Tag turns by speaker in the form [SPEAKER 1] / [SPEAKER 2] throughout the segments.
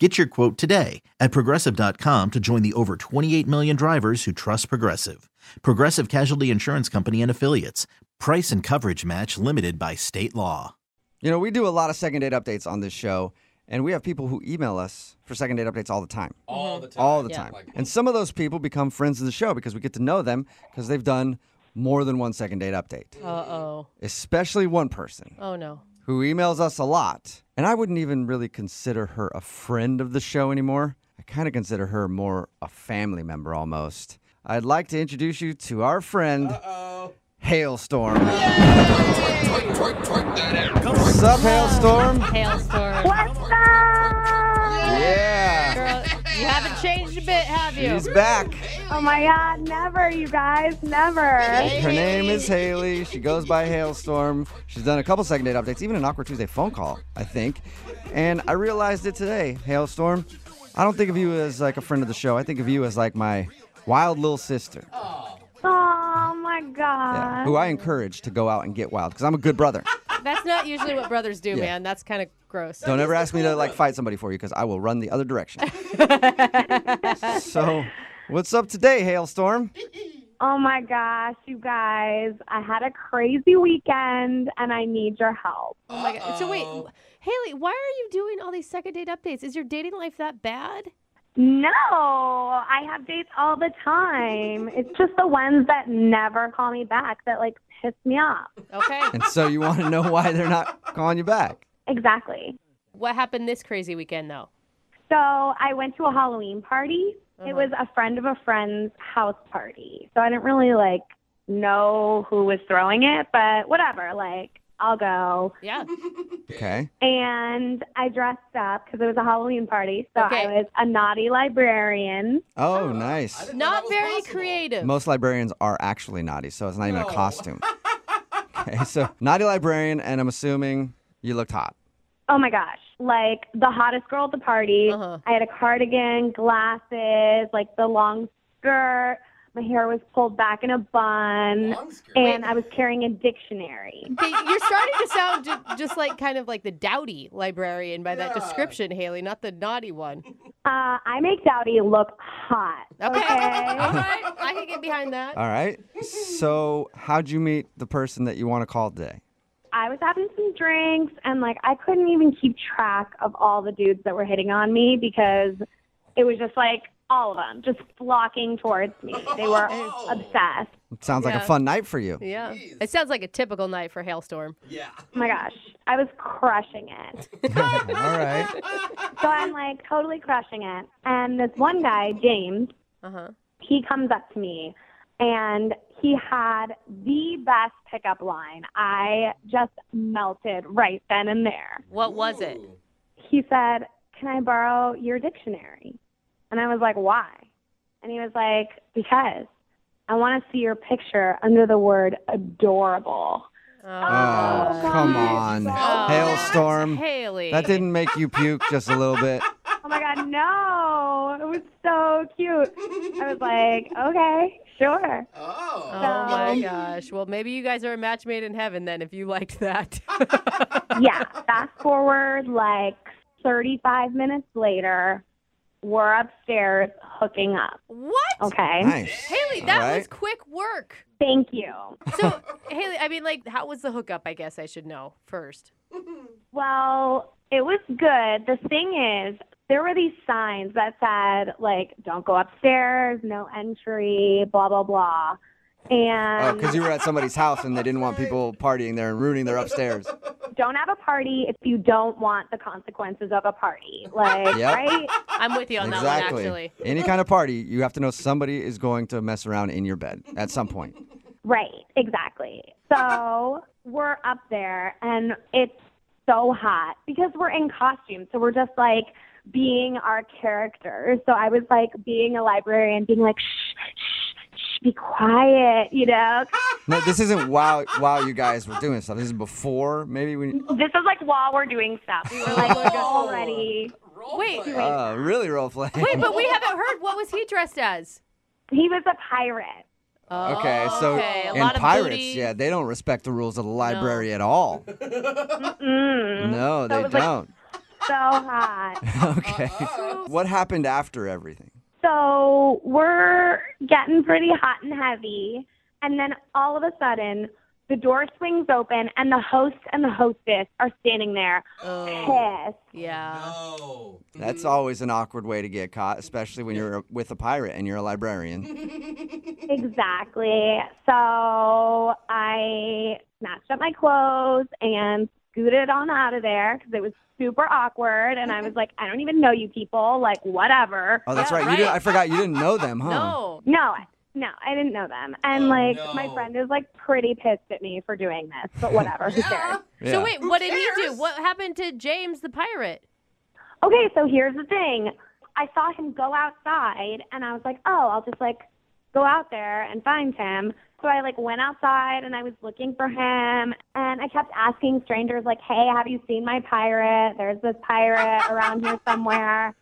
[SPEAKER 1] Get your quote today at progressive.com to join the over 28 million drivers who trust Progressive. Progressive Casualty Insurance Company and Affiliates. Price and coverage match limited by state law.
[SPEAKER 2] You know, we do a lot of second date updates on this show, and we have people who email us for second date updates all the time.
[SPEAKER 3] all the time.
[SPEAKER 2] All the time. And some of those people become friends of the show because we get to know them because they've done more than one second date update,
[SPEAKER 3] Uh oh.
[SPEAKER 2] especially one person
[SPEAKER 3] Oh no.
[SPEAKER 2] who emails us a lot. And I wouldn't even really consider her a friend of the show anymore. I kind of consider her more a family member almost. I'd like to introduce you to our friend, Hailstorm. What's up, Hailstorm?
[SPEAKER 3] Hailstorm.
[SPEAKER 2] Yeah.
[SPEAKER 3] Girl, you haven't changed a bit, have you?
[SPEAKER 2] She's back.
[SPEAKER 4] Oh my God, never, you guys, never.
[SPEAKER 2] Her name is Haley. She goes by Hailstorm. She's done a couple second date updates, even an Awkward Tuesday phone call, I think. And I realized it today, Hailstorm. I don't think of you as like a friend of the show. I think of you as like my wild little sister,
[SPEAKER 4] Oh my God.
[SPEAKER 2] who I encourage to go out and get wild because I'm a good brother.
[SPEAKER 3] That's not usually what brothers do, man. That's kind of gross.
[SPEAKER 2] Don't ever ask me to like fight somebody for you because I will run the other direction. so, what's up today, Hailstorm?
[SPEAKER 4] Oh my gosh, you guys. I had a crazy weekend and I need your help.
[SPEAKER 3] Oh my god. So wait, Haley, why are you doing all these second date updates? Is your dating life that bad?
[SPEAKER 4] No, I have dates all the time. It's just the ones that never call me back that like piss me off.
[SPEAKER 3] Okay.
[SPEAKER 2] And so you want to know why they're not calling you back?
[SPEAKER 4] Exactly.
[SPEAKER 3] what happened this crazy weekend though?
[SPEAKER 4] So I went to a Halloween party. It was a friend of a friend's house party. So I didn't really like know who was throwing it, but whatever. Like, I'll go.
[SPEAKER 3] Yeah.
[SPEAKER 2] Okay.
[SPEAKER 4] and I dressed up because it was a Halloween party. So
[SPEAKER 3] Okay.
[SPEAKER 4] I was a naughty librarian.
[SPEAKER 2] Oh, nice.
[SPEAKER 3] Not very creative.
[SPEAKER 2] Most librarians are actually naughty, so it's not even a costume. okay, so naughty librarian, and I'm assuming you looked hot.
[SPEAKER 4] Oh my gosh, like the hottest girl at the party.
[SPEAKER 3] Uh-huh.
[SPEAKER 4] I had a cardigan, glasses, like the long skirt. My hair was pulled back in a bun, and I was carrying a dictionary.
[SPEAKER 3] Okay, You're starting to sound ju- just like kind of like the dowdy librarian by that description, Haley, not the naughty one.
[SPEAKER 4] Uh, I make Dowdy look hot.
[SPEAKER 3] Okay. Uh-huh. All
[SPEAKER 4] okay?
[SPEAKER 3] right. I can get behind that.
[SPEAKER 2] All right. So, how'd you meet the person that you want to call today?
[SPEAKER 4] I was having some drinks and like I couldn't even keep track of all the dudes that were hitting on me because it was just like all of them just flocking towards me. They were obsessed.
[SPEAKER 2] It sounds like
[SPEAKER 3] Yeah.
[SPEAKER 2] a fun night for you.
[SPEAKER 3] Yeah. It sounds like a typical night for Hailstorm.
[SPEAKER 4] Oh my gosh, I was crushing it.
[SPEAKER 2] All right.
[SPEAKER 4] So I'm like totally crushing it. And this one guy, James,
[SPEAKER 3] Uh huh.
[SPEAKER 4] he comes up to me and he had the best pickup line. I just melted right then and there.
[SPEAKER 3] What was it?
[SPEAKER 4] he said, Can I borrow your dictionary? And I was like, Why? And he was like, Because I want to see your picture under the word adorable.
[SPEAKER 2] Oh, come on.
[SPEAKER 3] Oh,
[SPEAKER 2] Hailstorm.
[SPEAKER 3] Haley.
[SPEAKER 2] That didn't make you puke just a little bit.
[SPEAKER 4] Oh my God, no. It was so cute. I was like, Okay, sure.
[SPEAKER 3] Oh my gosh. Well, maybe you guys are a match made in heaven then if you liked that.
[SPEAKER 4] Yeah. Fast forward like 35 minutes later, we're upstairs hooking up.
[SPEAKER 3] what?
[SPEAKER 4] Okay.
[SPEAKER 2] Nice.
[SPEAKER 3] Haley,
[SPEAKER 2] All
[SPEAKER 3] that
[SPEAKER 2] right.
[SPEAKER 3] was quick work.
[SPEAKER 4] Thank you.
[SPEAKER 3] So, Haley, I mean, like, how was the hookup? I guess I should know first.
[SPEAKER 4] Well, it was good. The thing is, there were these signs that said like "Don't go upstairs," "No entry," blah blah blah,
[SPEAKER 2] Oh,
[SPEAKER 4] and
[SPEAKER 2] because you were at somebody's house and they didn't want people partying there and ruining their upstairs.
[SPEAKER 4] "Don't have a party if you don't want the consequences of a party." Like,
[SPEAKER 2] Yep.
[SPEAKER 4] right?
[SPEAKER 3] I'm with you on that one,
[SPEAKER 2] Exactly.
[SPEAKER 3] actually.
[SPEAKER 2] Any kind of party, you have to know somebody is going to mess around in your bed at some point.
[SPEAKER 4] Right, exactly. So we're up there and it's so hot because we're in costume. So we're just like being our characters. So I was like being a librarian, being like, shh, shh, shh, be quiet, you know.
[SPEAKER 2] No, this isn't while while you guys were doing stuff. This is before maybe when.
[SPEAKER 4] This is like while we're doing stuff. We were like already.
[SPEAKER 3] Wait, wait,
[SPEAKER 2] Uh, really role play.
[SPEAKER 3] but we haven't heard. What was he dressed as?
[SPEAKER 4] He was a pirate.
[SPEAKER 2] Okay, so
[SPEAKER 3] okay. A
[SPEAKER 2] and
[SPEAKER 3] lot of
[SPEAKER 2] pirates,
[SPEAKER 3] booty.
[SPEAKER 2] yeah, they don't respect the rules of the library at all.
[SPEAKER 4] Mm,
[SPEAKER 2] No,
[SPEAKER 4] That
[SPEAKER 2] they
[SPEAKER 4] was like-
[SPEAKER 2] don't.
[SPEAKER 4] so hot.
[SPEAKER 2] okay. What happened after everything?
[SPEAKER 4] So we're getting pretty hot and heavy. And then all of a sudden, the door swings open, and the host and the hostess are standing there
[SPEAKER 3] Oh,
[SPEAKER 4] pissed.
[SPEAKER 3] yeah.
[SPEAKER 5] Oh.
[SPEAKER 3] Mm.
[SPEAKER 2] That's always an awkward way to get caught, especially when you're with a pirate and you're a librarian.
[SPEAKER 4] Exactly. So I snatched up my clothes and scooted on out of there because it was super awkward. And I was like, I don't even know you people. Like, whatever.
[SPEAKER 2] Oh, that's
[SPEAKER 3] Yeah,
[SPEAKER 2] right. You didn't,
[SPEAKER 3] right.
[SPEAKER 2] I forgot you didn't know them, huh?
[SPEAKER 3] No.
[SPEAKER 4] No, no, I didn't know them. And
[SPEAKER 5] Oh,
[SPEAKER 4] like,
[SPEAKER 5] no.
[SPEAKER 4] my friend is like pretty pissed at me for doing this, but whatever. Who cares?
[SPEAKER 2] Yeah.
[SPEAKER 3] So wait, what did he do? What happened to James the pirate?
[SPEAKER 4] Okay, so here's the thing. I saw him go outside and I was like, oh, I'll just like go out there and find him. So I like went outside and I was looking for him and I kept asking strangers like, hey, have you seen my pirate? There's this pirate around here somewhere.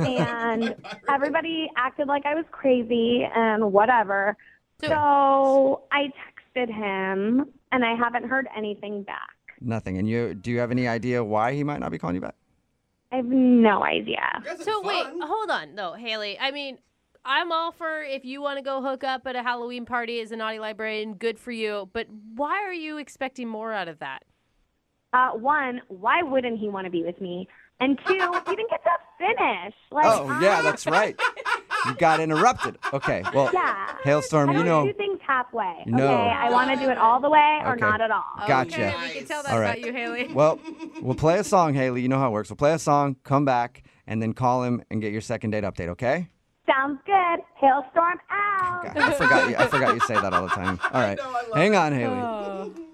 [SPEAKER 4] and everybody acted like I was crazy and whatever.
[SPEAKER 3] So-
[SPEAKER 4] So I texted him and I haven't heard anything back.
[SPEAKER 2] Nothing. And you do you have any idea why he might not be calling you back?
[SPEAKER 4] I have no idea.
[SPEAKER 3] So wait, hold on though, Haley. I mean, I'm all for if you want to go hook up at a Halloween party as a naughty librarian, good for you. But why are you expecting more out of that?
[SPEAKER 4] Uh, one, why wouldn't he want to be with me? And two, he didn't get to finish. Like,
[SPEAKER 2] Oh, yeah,
[SPEAKER 4] I-
[SPEAKER 2] that's
[SPEAKER 3] ah.
[SPEAKER 2] right. You got interrupted. Okay. Well,
[SPEAKER 4] yeah. I
[SPEAKER 2] Hailstorm, you
[SPEAKER 4] don't
[SPEAKER 2] know.
[SPEAKER 4] do things halfway.
[SPEAKER 2] No.
[SPEAKER 4] Okay, I want to do it all the way or
[SPEAKER 2] Okay.
[SPEAKER 4] not at all.
[SPEAKER 2] Gotcha.
[SPEAKER 3] Okay, we can tell that
[SPEAKER 2] All
[SPEAKER 3] about
[SPEAKER 2] right.
[SPEAKER 3] you, Haley.
[SPEAKER 2] Well, we'll play a song, Haley. You know how it works. We'll play a song, come back, and then call him and get your second date update, okay?
[SPEAKER 4] Sounds good. Hailstorm out.
[SPEAKER 2] God, I forgot you. I forgot you say that all the time. All right. Hang on,
[SPEAKER 3] Oh.
[SPEAKER 2] Haley.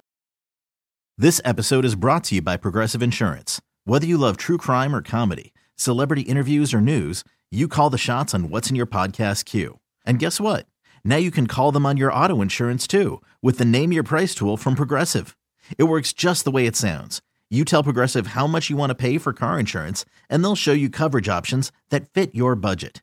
[SPEAKER 1] This episode is brought to you by Progressive Insurance. Whether you love true crime or comedy, celebrity interviews or news, you call the shots on what's in your podcast queue. And guess what? Now you can call them on your auto insurance too with the Name Your Price tool from Progressive. It works just the way it sounds. You tell Progressive how much you want to pay for car insurance, and they'll show you coverage options that fit your budget.